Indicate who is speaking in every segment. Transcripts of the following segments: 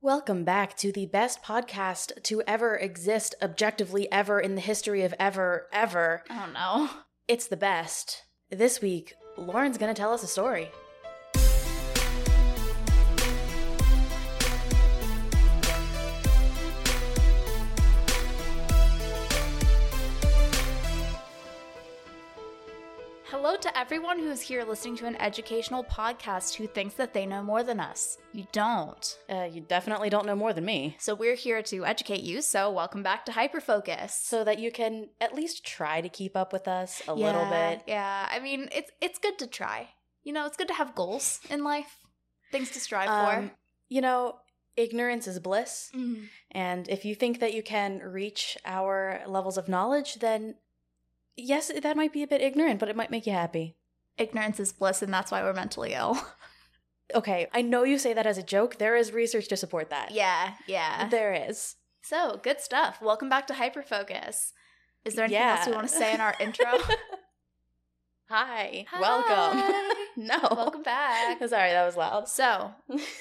Speaker 1: Welcome back to the best podcast to ever exist, objectively ever in the history of ever, ever.
Speaker 2: Oh no.
Speaker 1: It's the best. This week, Lauren's gonna tell us a story.
Speaker 2: Hello to everyone who's here listening to an educational podcast who thinks that they know more than us. You don't.
Speaker 1: Uh, you definitely don't know more than me.
Speaker 2: So we're here to educate you, so welcome back to Hyperfocus.
Speaker 1: So that you can at least try to keep up with us a little
Speaker 2: Yeah,
Speaker 1: bit.
Speaker 2: Yeah, I mean, it's it's good to try. You know, it's good to have goals in life. Things to strive
Speaker 1: Um, you know, ignorance is bliss.
Speaker 2: for. Mm.
Speaker 1: And if you think that you can reach our levels of knowledge, then yes, that might be a bit ignorant, but it might make you happy.
Speaker 2: Ignorance is bliss and that's why we're mentally ill.
Speaker 1: Okay, I know you say that as a joke. There is research to support that.
Speaker 2: yeah, yeah.
Speaker 1: There is.
Speaker 2: So, good stuff. Welcome back to Hyperfocus. Is there anything
Speaker 1: Yeah.
Speaker 2: else we want to say in our intro?
Speaker 1: Hi.
Speaker 2: Hi.
Speaker 1: Welcome. no.
Speaker 2: Welcome back.
Speaker 1: Sorry, that was loud.
Speaker 2: So,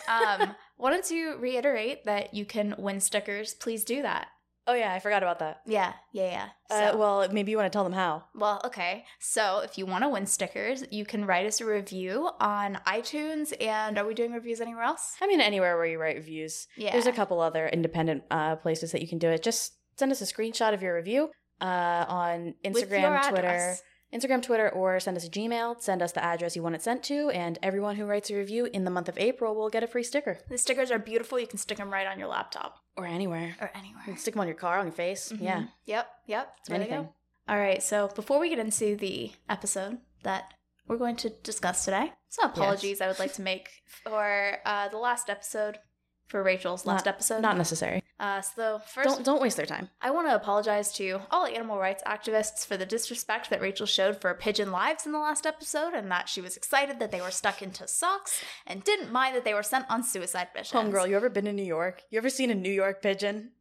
Speaker 2: um, wanted to reiterate that you can win stickers. Please do that.
Speaker 1: oh, yeah, I forgot about that.
Speaker 2: Yeah, yeah, yeah.
Speaker 1: uh, well, maybe you want to tell them how.
Speaker 2: well, okay. So, if you want to win stickers, you can write us a review on iTunes. And are we doing reviews anywhere else?
Speaker 1: I mean, anywhere where you write reviews.
Speaker 2: Yeah.
Speaker 1: There's a couple other independent uh, places that you can do it. Just send us a screenshot of your review uh, on
Speaker 2: With your
Speaker 1: Instagram, Twitter.
Speaker 2: address.
Speaker 1: Instagram, Twitter, or send us a Gmail. Send us the address you want it sent to, and everyone who writes a review in the month of April will get a free sticker.
Speaker 2: The stickers are beautiful. You can stick them right on your laptop
Speaker 1: Or anywhere.
Speaker 2: or anywhere.
Speaker 1: You can stick them on your car, on your face. Yeah.
Speaker 2: Mhm. Yep. Yep. That's where they go.
Speaker 1: Anything.
Speaker 2: All right, so before we get into the episode that we're going to discuss today, some apologies I would like to make for uh, the last episode, for Rachel's last
Speaker 1: Not-
Speaker 2: episode.
Speaker 1: Not necessary.
Speaker 2: uh, so 1st
Speaker 1: Don't don't waste their time.
Speaker 2: I want to apologize to all animal rights activists for the disrespect that Rachel showed for pigeon lives in the last episode, and that she was excited that they were stuck into socks and didn't mind that they were sent on suicide missions.
Speaker 1: Homegirl, you ever been to New York? You ever seen a New York pigeon?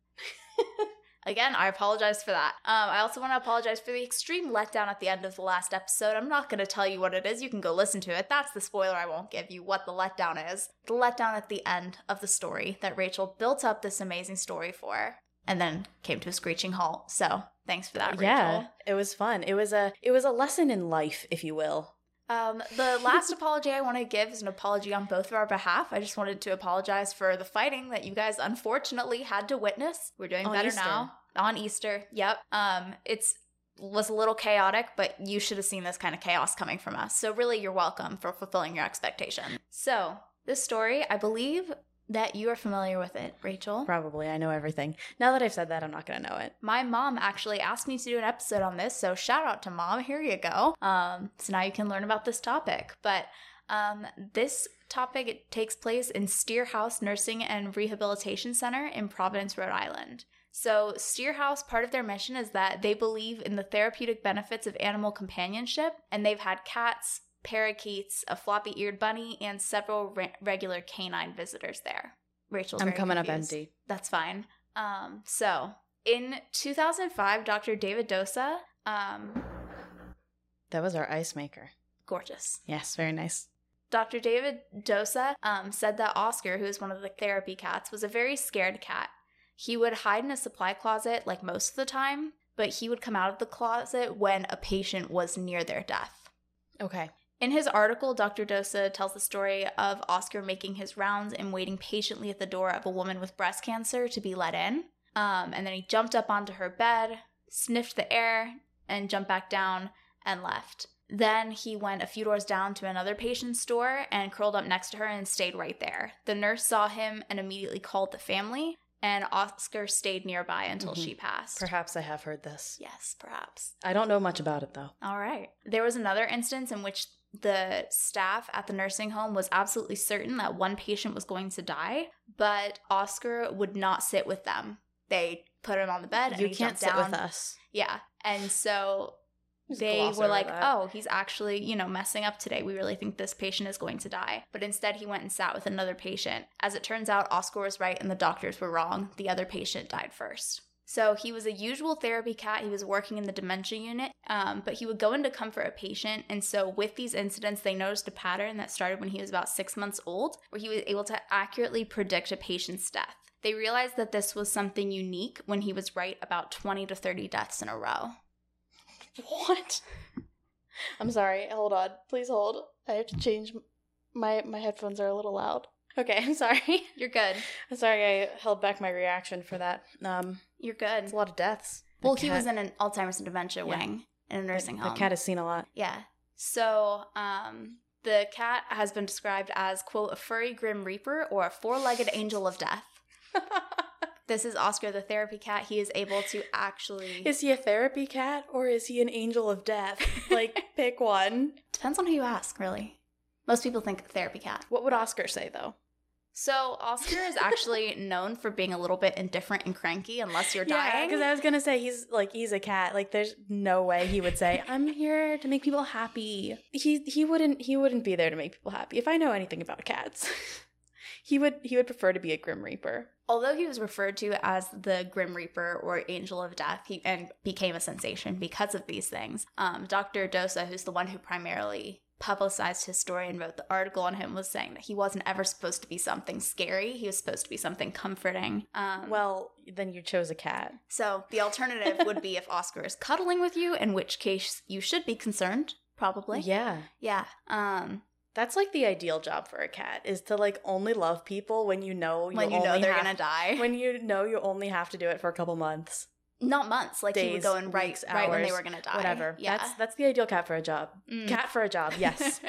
Speaker 2: Again, I apologize for that. Um, I also want to apologize for the extreme letdown at the end of the last episode. I'm not going to tell you what it is. You can go listen to it. That's the spoiler I won't give you what the letdown is. The letdown at the end of the story that Rachel built up this amazing story for and then came to a screeching halt. So thanks for that,
Speaker 1: Uh,
Speaker 2: Rachel.
Speaker 1: Yeah, it was fun. It was a it was a lesson in life, if you will.
Speaker 2: Um, the last apology I want to give is an apology on both of our behalf. I just wanted to apologize for the fighting that you guys unfortunately had to witness. We're doing
Speaker 1: On
Speaker 2: better
Speaker 1: Easter.
Speaker 2: now on Easter. Yep. Um, it's was a little chaotic, but you should have seen this kind of chaos coming from us. So really, you're welcome for fulfilling your expectation. So this story, I believe that you are familiar with it, Rachel.
Speaker 1: Probably, I know everything. Now that I've said that, I'm not gonna know it.
Speaker 2: My mom actually asked me to do an episode on this, so shout out to mom. Here you go. Um, so now you can learn about this topic. But um, this topic it takes place in Steerhouse Nursing and Rehabilitation Center in Providence, Rhode Island. So Steerhouse, part of their mission is that they believe in the therapeutic benefits of animal companionship, and they've had cats, parakeets, a floppy-eared bunny, and several re- regular canine visitors there. Rachel,
Speaker 1: I'm coming up empty.
Speaker 2: that's fine. Um, so in 2005, Dr. David Dosa, um,
Speaker 1: That was our ice maker.
Speaker 2: gorgeous.
Speaker 1: Yes, very nice.
Speaker 2: Dr. David Dosa um, said that Oscar, who is one of the therapy cats, was a very scared cat. He would hide in a supply closet like most of the time, but he would come out of the closet when a patient was near their death.
Speaker 1: Okay.
Speaker 2: In his article, Dr. Dosa tells the story of Oscar making his rounds and waiting patiently at the door of a woman with breast cancer to be let in. Um, and then he jumped up onto her bed, sniffed the air, and jumped back down and left. Then he went a few doors down to another patient's door and curled up next to her and stayed right there. The nurse saw him and immediately called the family, and Oscar stayed nearby until
Speaker 1: Mhm.
Speaker 2: she passed.
Speaker 1: Perhaps I have heard this.
Speaker 2: Yes, perhaps.
Speaker 1: I don't know much about it though.
Speaker 2: All right. There was another instance in which the staff at the nursing home was absolutely certain that one patient was going to die, but Oscar would not sit with them. They put him on the bed.
Speaker 1: you
Speaker 2: and he
Speaker 1: can't
Speaker 2: jumped
Speaker 1: sit
Speaker 2: down.
Speaker 1: with us.
Speaker 2: Yeah. And so
Speaker 1: Just
Speaker 2: they
Speaker 1: gloss
Speaker 2: were
Speaker 1: over
Speaker 2: like,
Speaker 1: that.
Speaker 2: oh, he's actually, you know, messing up today. We really think this patient is going to die. But instead, he went and sat with another patient. As it turns out, Oscar was right and the doctors were wrong. The other patient died first. So he was a usual therapy cat. He was working in the dementia unit, um, but he would go in to comfort a patient. And so, with these incidents, they noticed a pattern that started when he was about six months old, where he was able to accurately predict a patient's death. They realized that this was something unique when he was right about 20 to 30 deaths in a row.
Speaker 1: What? I'm sorry. Hold on. Please hold. I have to change. m- My my headphones are a little loud. Okay, I'm sorry.
Speaker 2: You're good.
Speaker 1: I'm sorry. I held back my reaction for that. Um,
Speaker 2: You're good.
Speaker 1: it's a lot of deaths. The
Speaker 2: Well, he
Speaker 1: cat-
Speaker 2: was in an Alzheimer's and dementia
Speaker 1: Yeah.
Speaker 2: wing in a
Speaker 1: the-
Speaker 2: nursing
Speaker 1: the,
Speaker 2: home.
Speaker 1: cat has seen a lot.
Speaker 2: yeah. So, um, the cat has been described as quote a furry grim reaper or a four-legged angel of death. This is Oscar the therapy cat. He is able to actually
Speaker 1: is he a therapy cat or is he an angel of death? Like, pick one.
Speaker 2: depends on who you ask, really. Most people think therapy cat.
Speaker 1: What would Oscar say though?
Speaker 2: So Oscar is actually known for being a little bit indifferent and cranky unless you're dying.
Speaker 1: because I was gonna say he's like he's a cat. Like there's no way he would say I'm here to make people happy. He he wouldn't he wouldn't be there to make people happy. If I know anything about cats, he would he would prefer to be a grim reaper.
Speaker 2: Although he was referred to as the Grim Reaper or Angel of Death, he and became a sensation because of these things. Um, Dr. Dosa, who's the one who primarily publicized his story and wrote the article on him, was saying that he wasn't ever supposed to be something scary. He was supposed to be something comforting. Um,
Speaker 1: Well, then you chose a cat.
Speaker 2: so the alternative would be if Oscar is cuddling with you, in which case you should be concerned, probably.
Speaker 1: Yeah,
Speaker 2: Yeah. Um,
Speaker 1: that's like the ideal job for a cat is to like only love people when you know you
Speaker 2: when you
Speaker 1: only
Speaker 2: know they're
Speaker 1: have-
Speaker 2: gonna die,
Speaker 1: When you know you only have to do it for a couple months,
Speaker 2: not months. Like he would
Speaker 1: Days,
Speaker 2: go and right,
Speaker 1: weeks,
Speaker 2: right when they
Speaker 1: hours,
Speaker 2: were gonna die.
Speaker 1: whatever.
Speaker 2: Yeah.
Speaker 1: That's that's the ideal cat for a job.
Speaker 2: Mm.
Speaker 1: Cat for a job, yes,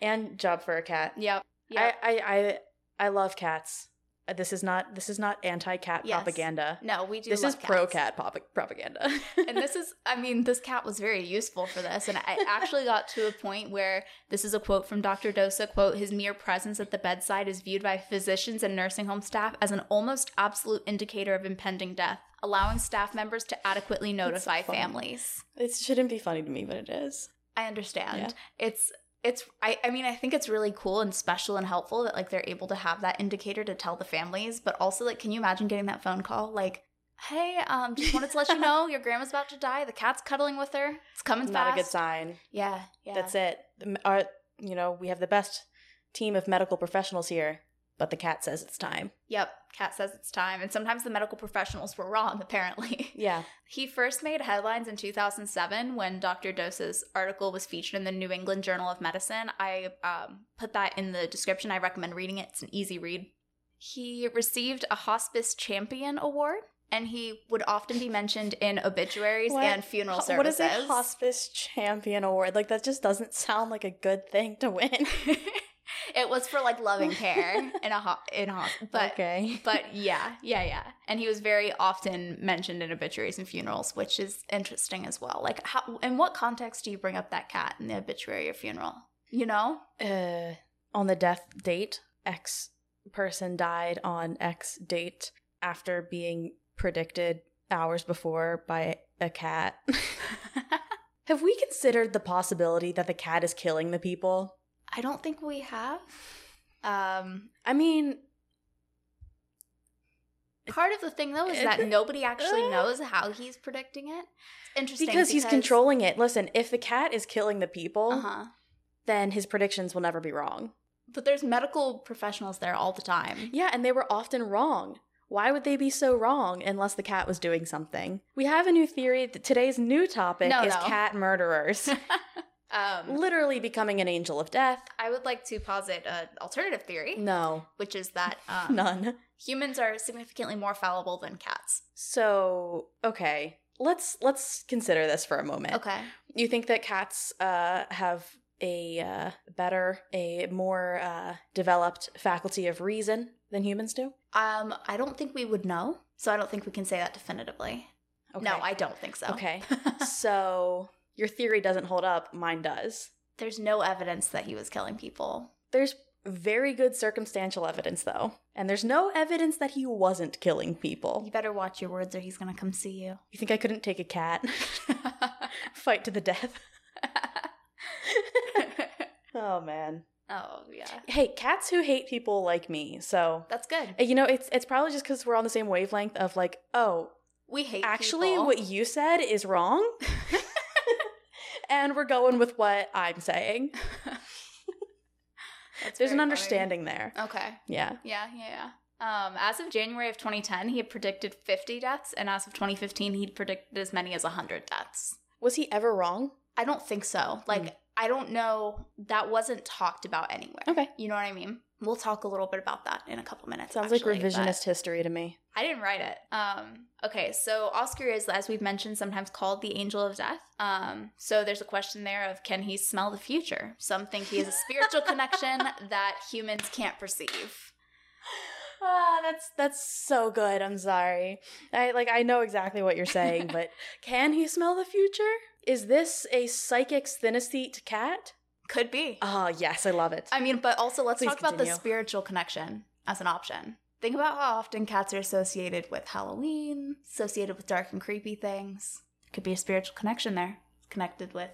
Speaker 1: and job for a cat.
Speaker 2: yep. Yep.
Speaker 1: I, I I I love cats. Uh, This is not this is not anti-cat
Speaker 2: Yes.
Speaker 1: propaganda.
Speaker 2: No, we do.
Speaker 1: This
Speaker 2: love
Speaker 1: is pro-cat
Speaker 2: cats.
Speaker 1: pop- propaganda.
Speaker 2: and this is, I mean, this cat was very useful for this. And I actually got to a point where this is a quote from Dr. Dosa quote, his mere presence at the bedside is viewed by physicians and nursing home staff as an almost absolute indicator of impending death, allowing staff members to adequately notify
Speaker 1: funny.
Speaker 2: families.
Speaker 1: it shouldn't be funny to me, but it is.
Speaker 2: I understand. It's it's I, I mean I think it's really cool and special and helpful that like they're able to have that indicator to tell the families, but also like can you imagine getting that phone call like Hey, um, just wanted to let you know your grandma's about to die. The cat's cuddling with her. It's coming
Speaker 1: Not
Speaker 2: fast.
Speaker 1: a good sign.
Speaker 2: Yeah, yeah.
Speaker 1: That's it. M- Our, you know, we have the best team of medical professionals here, but the cat says it's time.
Speaker 2: Yep. Cat says it's time. And sometimes the medical professionals were wrong, apparently.
Speaker 1: Yeah.
Speaker 2: He first made headlines in 2007 when Dr. Dosa's article was featured in the New England Journal of Medicine. I um, put that in the description. I recommend reading it, it's an easy read. He received a Hospice Champion Award, and he would often be mentioned in obituaries
Speaker 1: What?
Speaker 2: and funeral
Speaker 1: Ho- What is
Speaker 2: services.
Speaker 1: a hospice champion award? Like that just doesn't sound like a good thing to win.
Speaker 2: it was for like loving care in a ho- in hospice, but
Speaker 1: okay.
Speaker 2: but yeah, yeah, yeah. And he was very often mentioned in obituaries and funerals, which is interesting as well. Like, how, in what context do you bring up that cat in the obituary or funeral? You know?
Speaker 1: uh, on the death date, X person died on X date after being predicted hours before by a cat. Have we considered the possibility that the cat is killing the people?
Speaker 2: I don't think we have. Um,
Speaker 1: I mean,
Speaker 2: part of the thing though is that nobody actually
Speaker 1: Uh.
Speaker 2: knows how he's predicting it. It's interesting
Speaker 1: because he's controlling it. Listen, if the cat is killing the people,
Speaker 2: Uh huh.
Speaker 1: then his predictions will never be wrong.
Speaker 2: But there's medical professionals there all the time.
Speaker 1: Yeah, and they were often wrong. Why would they be so wrong unless the cat was doing something? We have a new theory. Today's new topic
Speaker 2: No,
Speaker 1: is
Speaker 2: no.
Speaker 1: cat murderers.
Speaker 2: Um,
Speaker 1: Literally becoming an angel of death.
Speaker 2: I would like to posit an alternative theory,
Speaker 1: No,
Speaker 2: which is that um,
Speaker 1: none.
Speaker 2: humans are significantly more fallible than cats.
Speaker 1: So, okay. Let's let's consider this for a moment.
Speaker 2: Okay.
Speaker 1: You think that cats uh, have a uh, better, a more uh, developed faculty of reason than humans do?
Speaker 2: Um, I don't think we would know, so I don't think we can say that definitively. No, I don't think so.
Speaker 1: Okay. so your theory doesn't hold up. Mine does.
Speaker 2: There's no evidence that he was killing people.
Speaker 1: There's very good circumstantial evidence though, and there's no evidence that he wasn't killing
Speaker 2: You
Speaker 1: people.
Speaker 2: better watch your words or he's going to come see you.
Speaker 1: You think I couldn't take a cat? Fight to the death. Oh man.
Speaker 2: oh, yeah.
Speaker 1: Hey, cats who hate people like me. So uh,
Speaker 2: That's good.
Speaker 1: you know, it's it's probably just because we're on the same wavelength of like, oh,
Speaker 2: We hate
Speaker 1: actually,
Speaker 2: people.
Speaker 1: what you said is wrong, and we're going with what I'm saying.
Speaker 2: That's
Speaker 1: There's an
Speaker 2: very funny.
Speaker 1: understanding there.
Speaker 2: Okay.
Speaker 1: Yeah.
Speaker 2: Yeah, yeah, yeah. Um, as of January of 2010, he had predicted 50 deaths, and as of 2015, he'd predicted as many as 100 deaths.
Speaker 1: Was he ever wrong?
Speaker 2: I don't think so. Like, I don't know. That wasn't talked about anywhere.
Speaker 1: Okay.
Speaker 2: You know what I mean? We'll talk a little bit about that in a couple minutes.
Speaker 1: Sounds
Speaker 2: actually,
Speaker 1: like
Speaker 2: but-
Speaker 1: revisionist history to me.
Speaker 2: I didn't write it. Um, okay, so Oscar is, as we've mentioned, sometimes called the angel of death. Um, so there's a question there of can he smell the future? Some think he has a spiritual connection that humans can't perceive.
Speaker 1: Ah, that's that's so good. I'm sorry. I like I know exactly what you're saying, but can he smell the future? Is this a psychic synesthete cat?
Speaker 2: Could be.
Speaker 1: Oh, yes, I love it.
Speaker 2: I mean, but also let's
Speaker 1: Please
Speaker 2: talk about the
Speaker 1: continue.
Speaker 2: spiritual connection as an option. Think about how often cats are associated with Halloween, associated with dark and creepy things. Could be a spiritual connection there, connected with.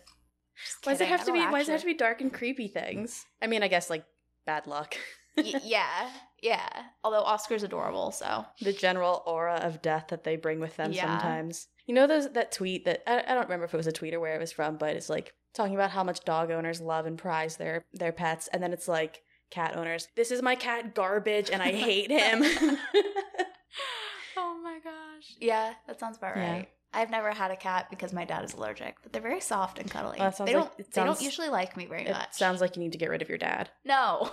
Speaker 1: Why does it have to be? Why does it have to be dark and creepy things? I mean, I guess like bad luck.
Speaker 2: y- yeah, yeah. Although Oscar's adorable, so
Speaker 1: the general aura of death that they bring with them
Speaker 2: Yeah.
Speaker 1: sometimes. You know those that tweet that I, I don't remember if it was a tweet or where it was from, but it's like talking about how much dog owners love and prize their their pets, and then it's like cat owners. This is my cat garbage, and I hate him.
Speaker 2: oh my gosh. Yeah, that sounds about
Speaker 1: Yeah.
Speaker 2: right. I've never had a cat because my dad is allergic, but they're very soft and cuddly.
Speaker 1: Well, that sounds
Speaker 2: they don't
Speaker 1: like- it
Speaker 2: they don't
Speaker 1: sounds-
Speaker 2: usually like me very
Speaker 1: it
Speaker 2: much.
Speaker 1: sounds like you need to get rid of your dad.
Speaker 2: no.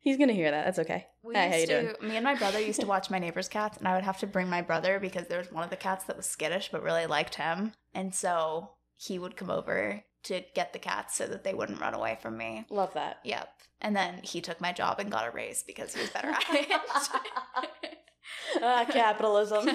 Speaker 1: He's gonna hear that. That's okay.
Speaker 2: We
Speaker 1: Hi, how you
Speaker 2: used
Speaker 1: doing?
Speaker 2: to, me and my brother used to watch my neighbor's cats, and I would have to bring my brother because there was one of the cats that was skittish but really liked him. And so he would come over to get the cats so that they wouldn't run away from me.
Speaker 1: Love that.
Speaker 2: Yep. And then he took my job and got a raise because he was better at it.
Speaker 1: Ah, capitalism.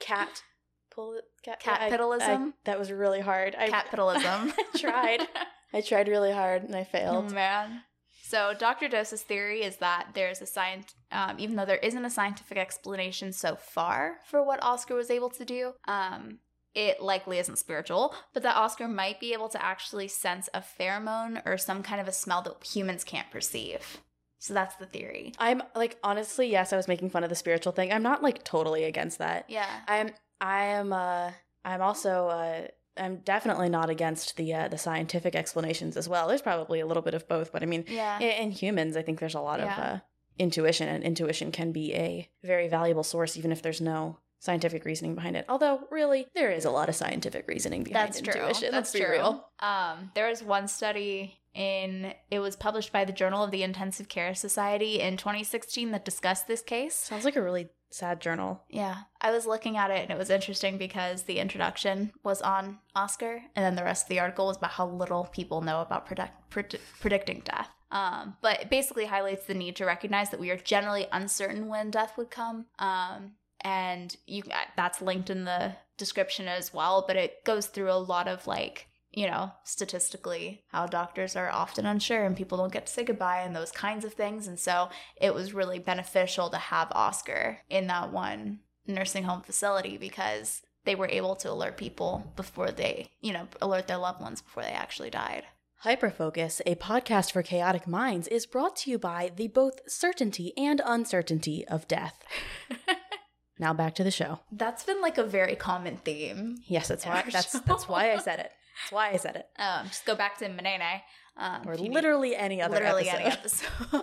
Speaker 1: cat. Pull it. Cat. I-
Speaker 2: Catpitalism?
Speaker 1: I- that was really hard. I
Speaker 2: Capitalism.
Speaker 1: I tried. I tried really hard and I
Speaker 2: Oh
Speaker 1: failed.
Speaker 2: man. So Dr. Dose's theory is that there's a science, um, even though there isn't a scientific explanation so far for what Oscar was able to do, um, it likely isn't spiritual, but that Oscar might be able to actually sense a pheromone or some kind of a smell that humans can't perceive. So that's the theory.
Speaker 1: I'm like honestly, yes, I was making fun of the spiritual thing. I'm not like totally against that.
Speaker 2: Yeah.
Speaker 1: I'm I am uh I'm also uh I'm definitely not against the uh, the scientific explanations as well. There's probably a little bit of both, but I mean
Speaker 2: Yeah.
Speaker 1: i- in humans, I think there's a lot
Speaker 2: Yeah.
Speaker 1: of uh, intuition and intuition can be a very valuable source even if there's no scientific reasoning behind it. Although really, there is a lot of scientific reasoning behind
Speaker 2: That's true.
Speaker 1: intuition. Let's
Speaker 2: That's
Speaker 1: be
Speaker 2: true.
Speaker 1: real.
Speaker 2: Um, there was one study in it was published by the Journal of the Intensive Care Society in 2016 that discussed this case.
Speaker 1: Sounds like a really sad journal.
Speaker 2: Yeah, I was looking at it and it was interesting because the introduction was on Oscar, and then the rest of the article was about how little people know about predict- pred- predicting death. Um, but it basically highlights the need to recognize that we are generally uncertain when death would come. Um, and you that's linked in the description as well, but it goes through a lot of like you know, statistically, how doctors are often unsure and people don't get to say goodbye and those kinds of things. And so it was really beneficial to have Oscar in that one nursing home facility because they were able to alert people before they, you know, alert their loved ones before they actually died.
Speaker 1: Hyperfocus, a podcast for chaotic minds, is brought to you by the both certainty and uncertainty of death. now back to the show.
Speaker 2: That's been like a very common theme.
Speaker 1: Yes, that's
Speaker 2: In
Speaker 1: why
Speaker 2: our
Speaker 1: that's
Speaker 2: show.
Speaker 1: that's why I said it. That's why I said it.
Speaker 2: Um, just go back to Manene. Um,
Speaker 1: Or
Speaker 2: if you need-
Speaker 1: literally any other
Speaker 2: literally
Speaker 1: episode.
Speaker 2: any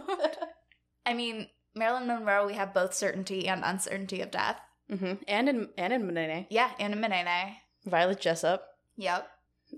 Speaker 2: episode. I mean, Marilyn Monroe, we have both certainty and uncertainty of death.
Speaker 1: hmm Mm-hmm. And in and in Manene.
Speaker 2: Yeah, and a Manene.
Speaker 1: Violet Jessup.
Speaker 2: Yep.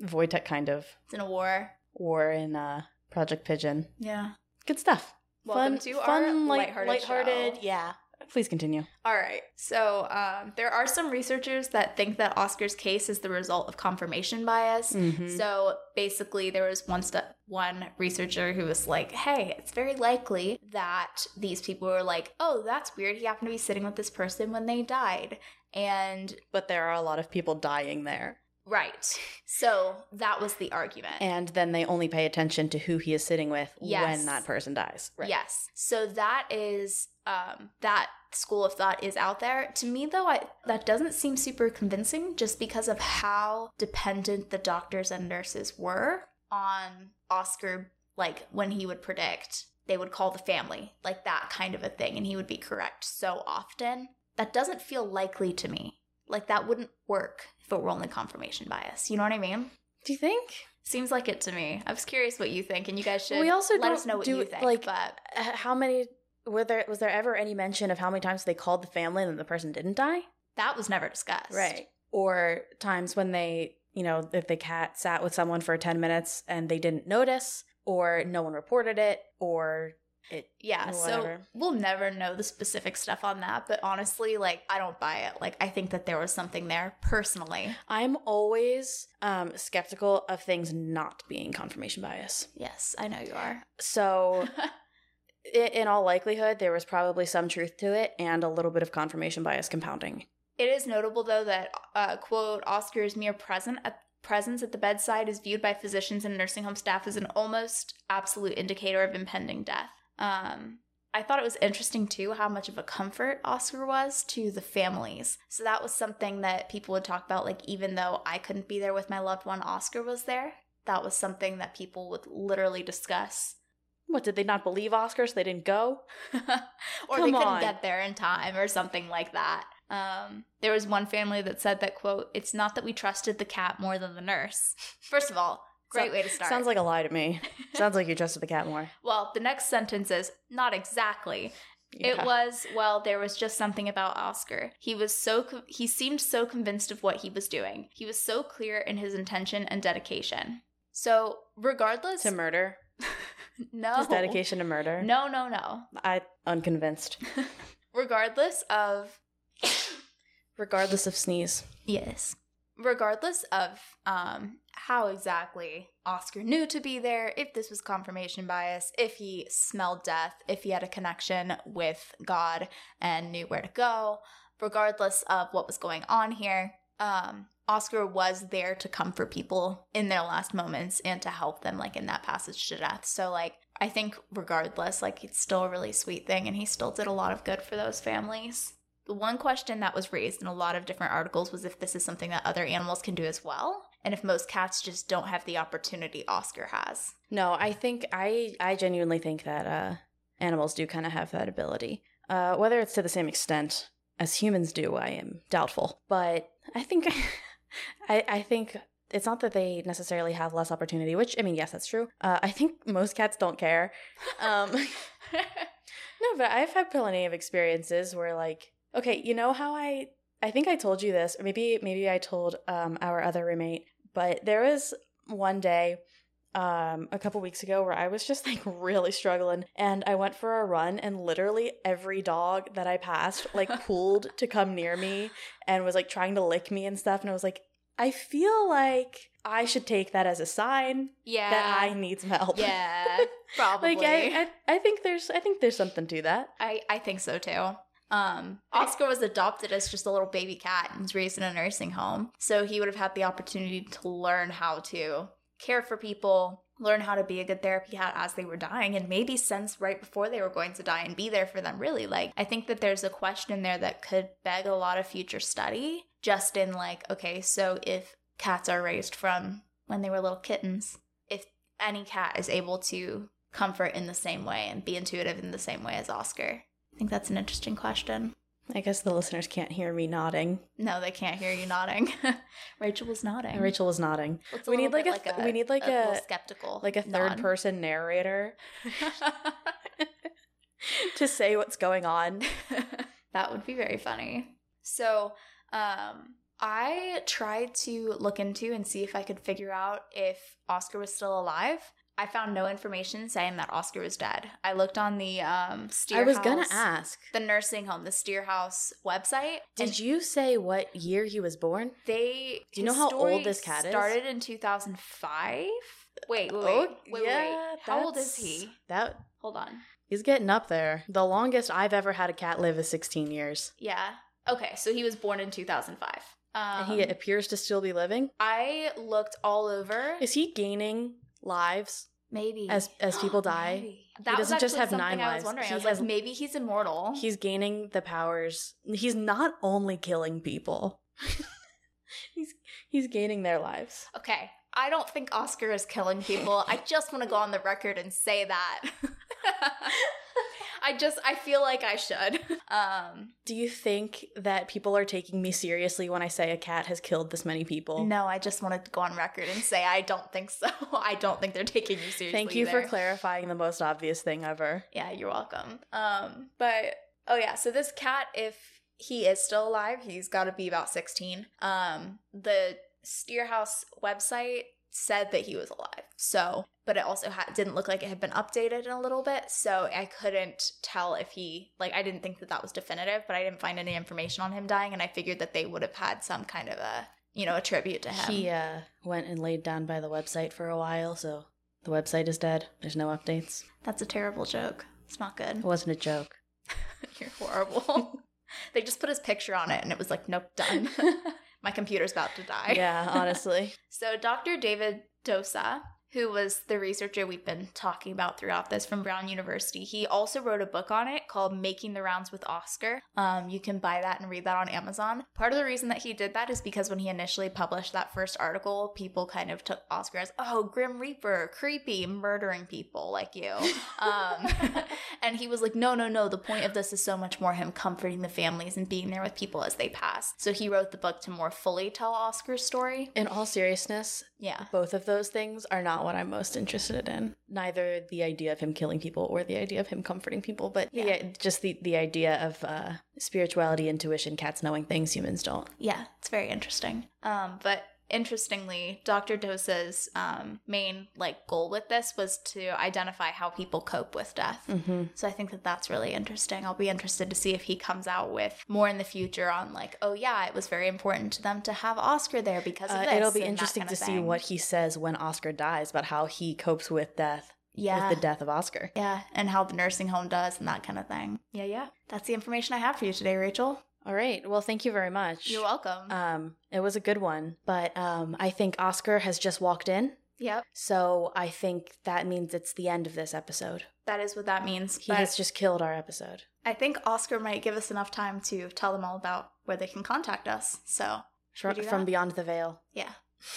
Speaker 1: Wojtek kind of
Speaker 2: It's in a war.
Speaker 1: war in uh, Project Pigeon.
Speaker 2: Yeah.
Speaker 1: Good stuff.
Speaker 2: Welcome
Speaker 1: fun,
Speaker 2: to
Speaker 1: fun,
Speaker 2: our
Speaker 1: light,
Speaker 2: lighthearted,
Speaker 1: lighthearted.
Speaker 2: show.
Speaker 1: Yeah. Please continue.
Speaker 2: All right. So um, there are some researchers that think that Oscar's case is the result of confirmation bias.
Speaker 1: Mhm.
Speaker 2: So basically, there was one step, one researcher who was like, "Hey, it's very likely that these people were like, oh, that's weird. He happened to be sitting with this person when they died." And
Speaker 1: but there are a lot of people dying there.
Speaker 2: right, so that was the argument.
Speaker 1: And then they only pay attention to who he is sitting with
Speaker 2: Yes.
Speaker 1: when that person dies.
Speaker 2: Yes. So that is um, that school of thought is out there. To me, though, I, that doesn't seem super convincing, just because of how dependent the doctors and nurses were on Oscar. Like when he would predict, they would call the family, like that kind of a thing, and he would be correct so often. That doesn't feel likely to me. Like that wouldn't work if it were only confirmation bias. You know what I mean?
Speaker 1: Do you think?
Speaker 2: Seems like it to me. I was curious what you think, and you guys should
Speaker 1: We also
Speaker 2: let
Speaker 1: don't
Speaker 2: us know what
Speaker 1: do
Speaker 2: you
Speaker 1: it,
Speaker 2: think.
Speaker 1: like,
Speaker 2: but
Speaker 1: Uh, How many were there? Was there ever any mention of how many times they called the family and the person didn't die?
Speaker 2: That was never discussed.
Speaker 1: Or times when they, you know, if the cat sat with someone for ten minutes and they didn't notice, or no one reported it, or it.
Speaker 2: Yeah. So
Speaker 1: Whatever.
Speaker 2: we'll never know the specific stuff on that. But honestly, like, I don't buy it. Like, I think that there was something there personally.
Speaker 1: I'm always um, skeptical of things not being confirmation bias.
Speaker 2: Yes, I know you are.
Speaker 1: So i- in all likelihood, there was probably some truth to it and a little bit of confirmation bias compounding.
Speaker 2: it is notable, though, that, uh, quote, Oscar's mere present at presence at the bedside is viewed by physicians and nursing home staff as an almost absolute indicator of impending death. Um, I thought it was interesting too how much of a comfort Oscar was to the families. So that was something that people would talk about like even though I couldn't be there with my loved one, Oscar was there. That was something that people would literally discuss.
Speaker 1: What did they not believe Oscar, so they didn't go?
Speaker 2: or
Speaker 1: Come
Speaker 2: they couldn't
Speaker 1: on.
Speaker 2: get there in time or something like that. Um, there was one family that said that quote, "It's not that we trusted the cat more than the nurse." First of all, great
Speaker 1: So-
Speaker 2: way to start.
Speaker 1: Sounds like a lie to me. Sounds like you trusted the cat more.
Speaker 2: well, the next sentence is not exactly. It
Speaker 1: Yeah.
Speaker 2: was well, there was just something about Oscar. He was so co- he seemed so convinced of what he was doing. He was so clear in his intention and dedication. So, regardless,
Speaker 1: to murder.
Speaker 2: no
Speaker 1: His dedication to murder.
Speaker 2: No, no, no.
Speaker 1: I unconvinced.
Speaker 2: Regardless of
Speaker 1: Regardless of sneeze.
Speaker 2: Yes. Regardless of um, how exactly Oscar knew to be there, if this was confirmation bias, if he smelled death, if he had a connection with God and knew where to go, regardless of what was going on here, um, Oscar was there to comfort people in their last moments and to help them, like in that passage to death. So, like, I think regardless, like, it's still a really sweet thing, and he still did a lot of good for those families. The one question that was raised in a lot of different articles was if this is something that other animals can do as well, and if most cats just don't have the opportunity Oscar has.
Speaker 1: No, I think I I genuinely think that uh animals do kind of have that ability. Uh whether it's to the same extent as humans do, I am doubtful. But I think I I think it's not that they necessarily have less opportunity, which I mean, yes, that's true. Uh, I think most cats don't care. Um, no, but I've had plenty of experiences where, like, okay, you know how I I think I told you this, or maybe maybe I told um, our other roommate, but there was one day um a couple weeks ago where I was just like really struggling and I went for a run and literally every dog that I passed like pulled to come near me and was like trying to lick me and stuff and I was like I feel like I should take that as a sign
Speaker 2: yeah.
Speaker 1: that I need some help.
Speaker 2: yeah. Probably.
Speaker 1: like I, I I think there's I think there's something to that.
Speaker 2: I, I think so too. Um, Oscar was adopted as just a little baby cat and was raised in a nursing home. So he would have had the opportunity to learn how to care for people, learn how to be a good therapy cat as they were dying, and maybe sense right before they were going to die and be there for them, really. Like, I think that there's a question there that could beg a lot of future study, just in like, okay, so if cats are raised from when they were little kittens, if any cat is able to comfort in the same way and be intuitive in the same way as Oscar? I think that's an interesting question.
Speaker 1: I guess the listeners can't hear me nodding.
Speaker 2: No, they can't hear you nodding. Rachel was nodding.
Speaker 1: And Rachel was nodding.
Speaker 2: Looks
Speaker 1: we need
Speaker 2: little
Speaker 1: like
Speaker 2: bit
Speaker 1: a th- we need like
Speaker 2: little
Speaker 1: a-
Speaker 2: skeptical,
Speaker 1: Like a third
Speaker 2: nod.
Speaker 1: person narrator to say what's going on.
Speaker 2: that would be very funny. So, um, I tried to look into and see if I could figure out if Oscar was still alive. I found no information saying that Oscar was dead. I looked on the um, Steer
Speaker 1: I was
Speaker 2: House,
Speaker 1: gonna ask.
Speaker 2: the nursing home, the Steer House website.
Speaker 1: Did
Speaker 2: and
Speaker 1: you say what year he was born?
Speaker 2: They
Speaker 1: Do you
Speaker 2: his
Speaker 1: know how
Speaker 2: story
Speaker 1: old this cat is? Oh,
Speaker 2: Started in two thousand five. Wait, wait, wait, wait, wait, wait. How old is
Speaker 1: that's-
Speaker 2: he?
Speaker 1: That
Speaker 2: Hold on.
Speaker 1: he's getting up there. The longest I've ever had a cat live is 16 years,
Speaker 2: Yeah. Okay, so he was born in two thousand five. Um,
Speaker 1: and he appears to still be living.
Speaker 2: I looked all over.
Speaker 1: Is he gaining lives?
Speaker 2: Maybe
Speaker 1: As- as people die,
Speaker 2: Maybe. that was
Speaker 1: doesn't just
Speaker 2: actually
Speaker 1: have
Speaker 2: something
Speaker 1: nine
Speaker 2: I was
Speaker 1: lives.
Speaker 2: wondering.
Speaker 1: He
Speaker 2: I was
Speaker 1: has-
Speaker 2: like, maybe he's immortal.
Speaker 1: He's gaining the powers. He's not only killing people. he's he's gaining their lives.
Speaker 2: okay. I don't think Oscar is killing people. I just want to go on the record and say that. I just I feel like I should. Um
Speaker 1: Do you think that people are taking me seriously when I say a cat has killed this many people?
Speaker 2: no, I just wanted to go on record and say I don't think so. I don't think they're taking you seriously.
Speaker 1: Thank you for
Speaker 2: either.
Speaker 1: clarifying the most obvious thing ever.
Speaker 2: Yeah, you're welcome. Um, but oh yeah, so this cat, if he is still alive, he's got to be about 16. Um, the Steerhouse website said that he was alive, so but it also ha- didn't look like it had been updated in a little bit, so I couldn't tell if he like I didn't think that that was definitive, but I didn't find any information on him dying, and I figured that they would have had some kind of a you know a tribute to him.
Speaker 1: He uh, went and laid down by the website for a while, so the website is dead. There's no updates.
Speaker 2: That's a terrible joke. It's not good.
Speaker 1: It wasn't a joke.
Speaker 2: You're horrible. they just put his picture on it and it was like, nope, done. My computer's about to die.
Speaker 1: yeah, honestly.
Speaker 2: So, Dr. David Dosa, who was the researcher we've been talking about throughout this from Brown University, he also wrote a book on it called Making the Rounds with Oscar. Um, you can buy that and read that on Amazon. Part of the reason that he did that is because when he initially published that first article, people kind of took Oscar as, oh, Grim Reaper, creepy, murdering people like you. Um, and he was like, no, no, no. The point of this is so much more him comforting the families and being there with people as they pass. So he wrote the book to more fully tell Oscar's story.
Speaker 1: In all seriousness,
Speaker 2: Yeah.
Speaker 1: both of those things are not what I'm most interested in. Neither the idea of him killing people or the idea of him comforting people, but yeah,
Speaker 2: Yeah.
Speaker 1: just the, the idea of uh, spirituality, intuition, cats knowing things humans don't.
Speaker 2: Yeah, it's very interesting. Um, but interestingly, Dr. Dosa's um, main like goal with this was to identify how people cope with death.
Speaker 1: Mm-hmm.
Speaker 2: So I think that that's really interesting. I'll be interested to see if he comes out with more in the future on like, oh yeah, it was very important to them to have Oscar there because of
Speaker 1: Uh,
Speaker 2: this.
Speaker 1: it'll be
Speaker 2: and that
Speaker 1: interesting
Speaker 2: kinda
Speaker 1: to see
Speaker 2: thing.
Speaker 1: what he says when Oscar dies about how he copes with death,
Speaker 2: yeah.
Speaker 1: with the death of Oscar.
Speaker 2: yeah, and how the nursing home does and that kind of thing. Yeah, yeah. That's the information I have for you today, Rachel.
Speaker 1: All right. Well, thank you very much.
Speaker 2: You're welcome.
Speaker 1: Um, it was a good one, but um, I think Oscar has just walked in,
Speaker 2: yep,
Speaker 1: so I think that means it's the end of this episode.
Speaker 2: that is what that means.
Speaker 1: He
Speaker 2: but-
Speaker 1: has just killed our episode.
Speaker 2: I think Oscar might give us enough time to tell them all about where they can contact us. So,
Speaker 1: Shro-
Speaker 2: do
Speaker 1: from
Speaker 2: that?
Speaker 1: beyond the veil.
Speaker 2: yeah.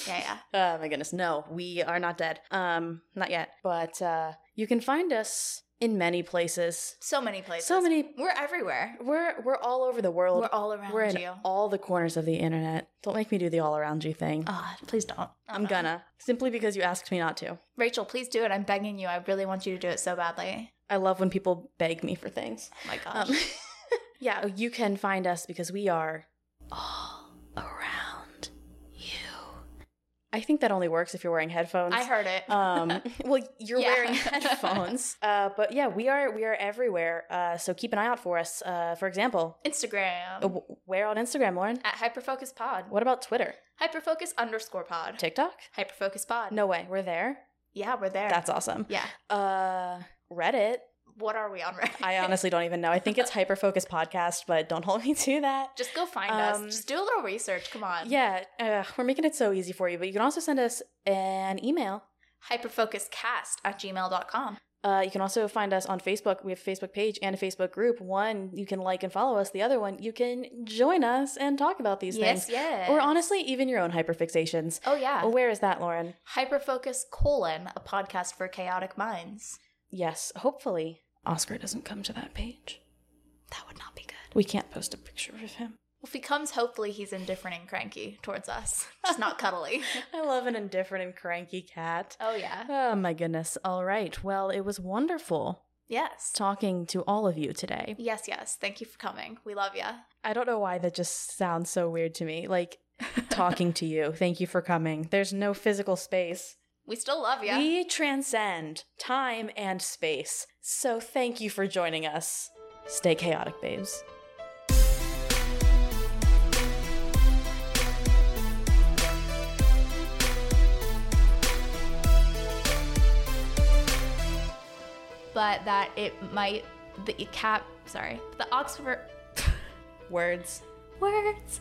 Speaker 2: Yeah, yeah.
Speaker 1: Oh my goodness, no, we are not dead. Um, not yet. But uh, you can find us in many places.
Speaker 2: So many places.
Speaker 1: So many.
Speaker 2: We're everywhere.
Speaker 1: We're we're all over the world.
Speaker 2: We're all around
Speaker 1: We're in
Speaker 2: you.
Speaker 1: all the corners of the internet. Don't make me do the all around you thing.
Speaker 2: Ah, please don't.
Speaker 1: I'm gonna simply because you asked me not to.
Speaker 2: Rachel, please do it. I'm begging you. I really want you to do it so badly.
Speaker 1: I love when people beg me for things.
Speaker 2: Oh my gosh.
Speaker 1: Um, yeah, Oh, you can find us because we are all around you. I think that only works if you're wearing headphones.
Speaker 2: I heard it.
Speaker 1: Um, well, you're
Speaker 2: Yeah.
Speaker 1: wearing headphones. Uh, but yeah, we are we are everywhere. Uh, so keep an eye out for us. Uh, for example,
Speaker 2: Instagram
Speaker 1: uh, w- where on Instagram, Lauren?
Speaker 2: at Hyperfocus Pod.
Speaker 1: What about Twitter?
Speaker 2: Hyperfocus underscore pod.
Speaker 1: TikTok?
Speaker 2: Hyperfocus Pod.
Speaker 1: No way, we're there.
Speaker 2: Yeah, we're there.
Speaker 1: That's awesome.
Speaker 2: yeah.
Speaker 1: Uh, Reddit.
Speaker 2: What are we on right?
Speaker 1: I honestly don't even know. I think it's Hyperfocus Podcast, but don't hold me to that.
Speaker 2: Just go find
Speaker 1: Um,
Speaker 2: us. Just do a little research. Come on.
Speaker 1: Yeah, uh, we're making it so easy for you, but you can also send us an email.
Speaker 2: Hyperfocuscast at gmail.com.
Speaker 1: Uh, you can also find us on Facebook. We have a Facebook page and a Facebook group. One, you can like and follow us. The other one, you can join us and talk about these
Speaker 2: yes,
Speaker 1: things.
Speaker 2: yes.
Speaker 1: Or honestly, even your own hyperfixations.
Speaker 2: Oh yeah.
Speaker 1: Well, where is that, Lauren?
Speaker 2: Hyperfocus colon, a podcast for chaotic minds.
Speaker 1: Yes, hopefully Oscar doesn't come to that page.
Speaker 2: That would not be good.
Speaker 1: We can't post a picture of him.
Speaker 2: If he comes, hopefully he's indifferent and cranky towards us. Just not cuddly.
Speaker 1: I love an indifferent and cranky cat.
Speaker 2: Oh yeah.
Speaker 1: Oh my goodness. All right. Well, it was wonderful
Speaker 2: Yes.
Speaker 1: talking to all of you today.
Speaker 2: Yes, yes. Thank you for coming. We love you.
Speaker 1: I don't know why that just sounds so weird to me. Like talking to you. Thank you for coming. There's no physical space.
Speaker 2: We still love you.
Speaker 1: We transcend time and space. So thank you for joining us. Stay chaotic, babes.
Speaker 2: but that it might the cap sorry the Oxford
Speaker 1: Words.
Speaker 2: words.